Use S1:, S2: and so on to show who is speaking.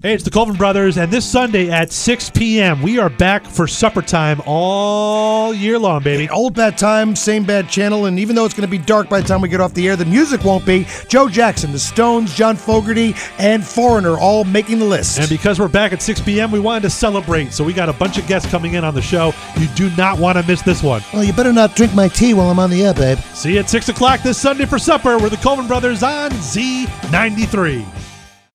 S1: Hey, it's the Colvin Brothers, and this Sunday at 6 p.m., we are back for supper time all year long, baby.
S2: Old bad time, same bad channel, and even though it's going to be dark by the time we get off the air, the music won't be. Joe Jackson, The Stones, John Fogerty, and Foreigner all making the list.
S1: And because we're back at 6 p.m., we wanted to celebrate, so we got a bunch of guests coming in on the show. You do not want to miss this one.
S2: well, you better not drink my tea while I'm on the air, babe.
S1: See you at 6 o'clock this Sunday for supper. We're the Colvin Brothers on Z93.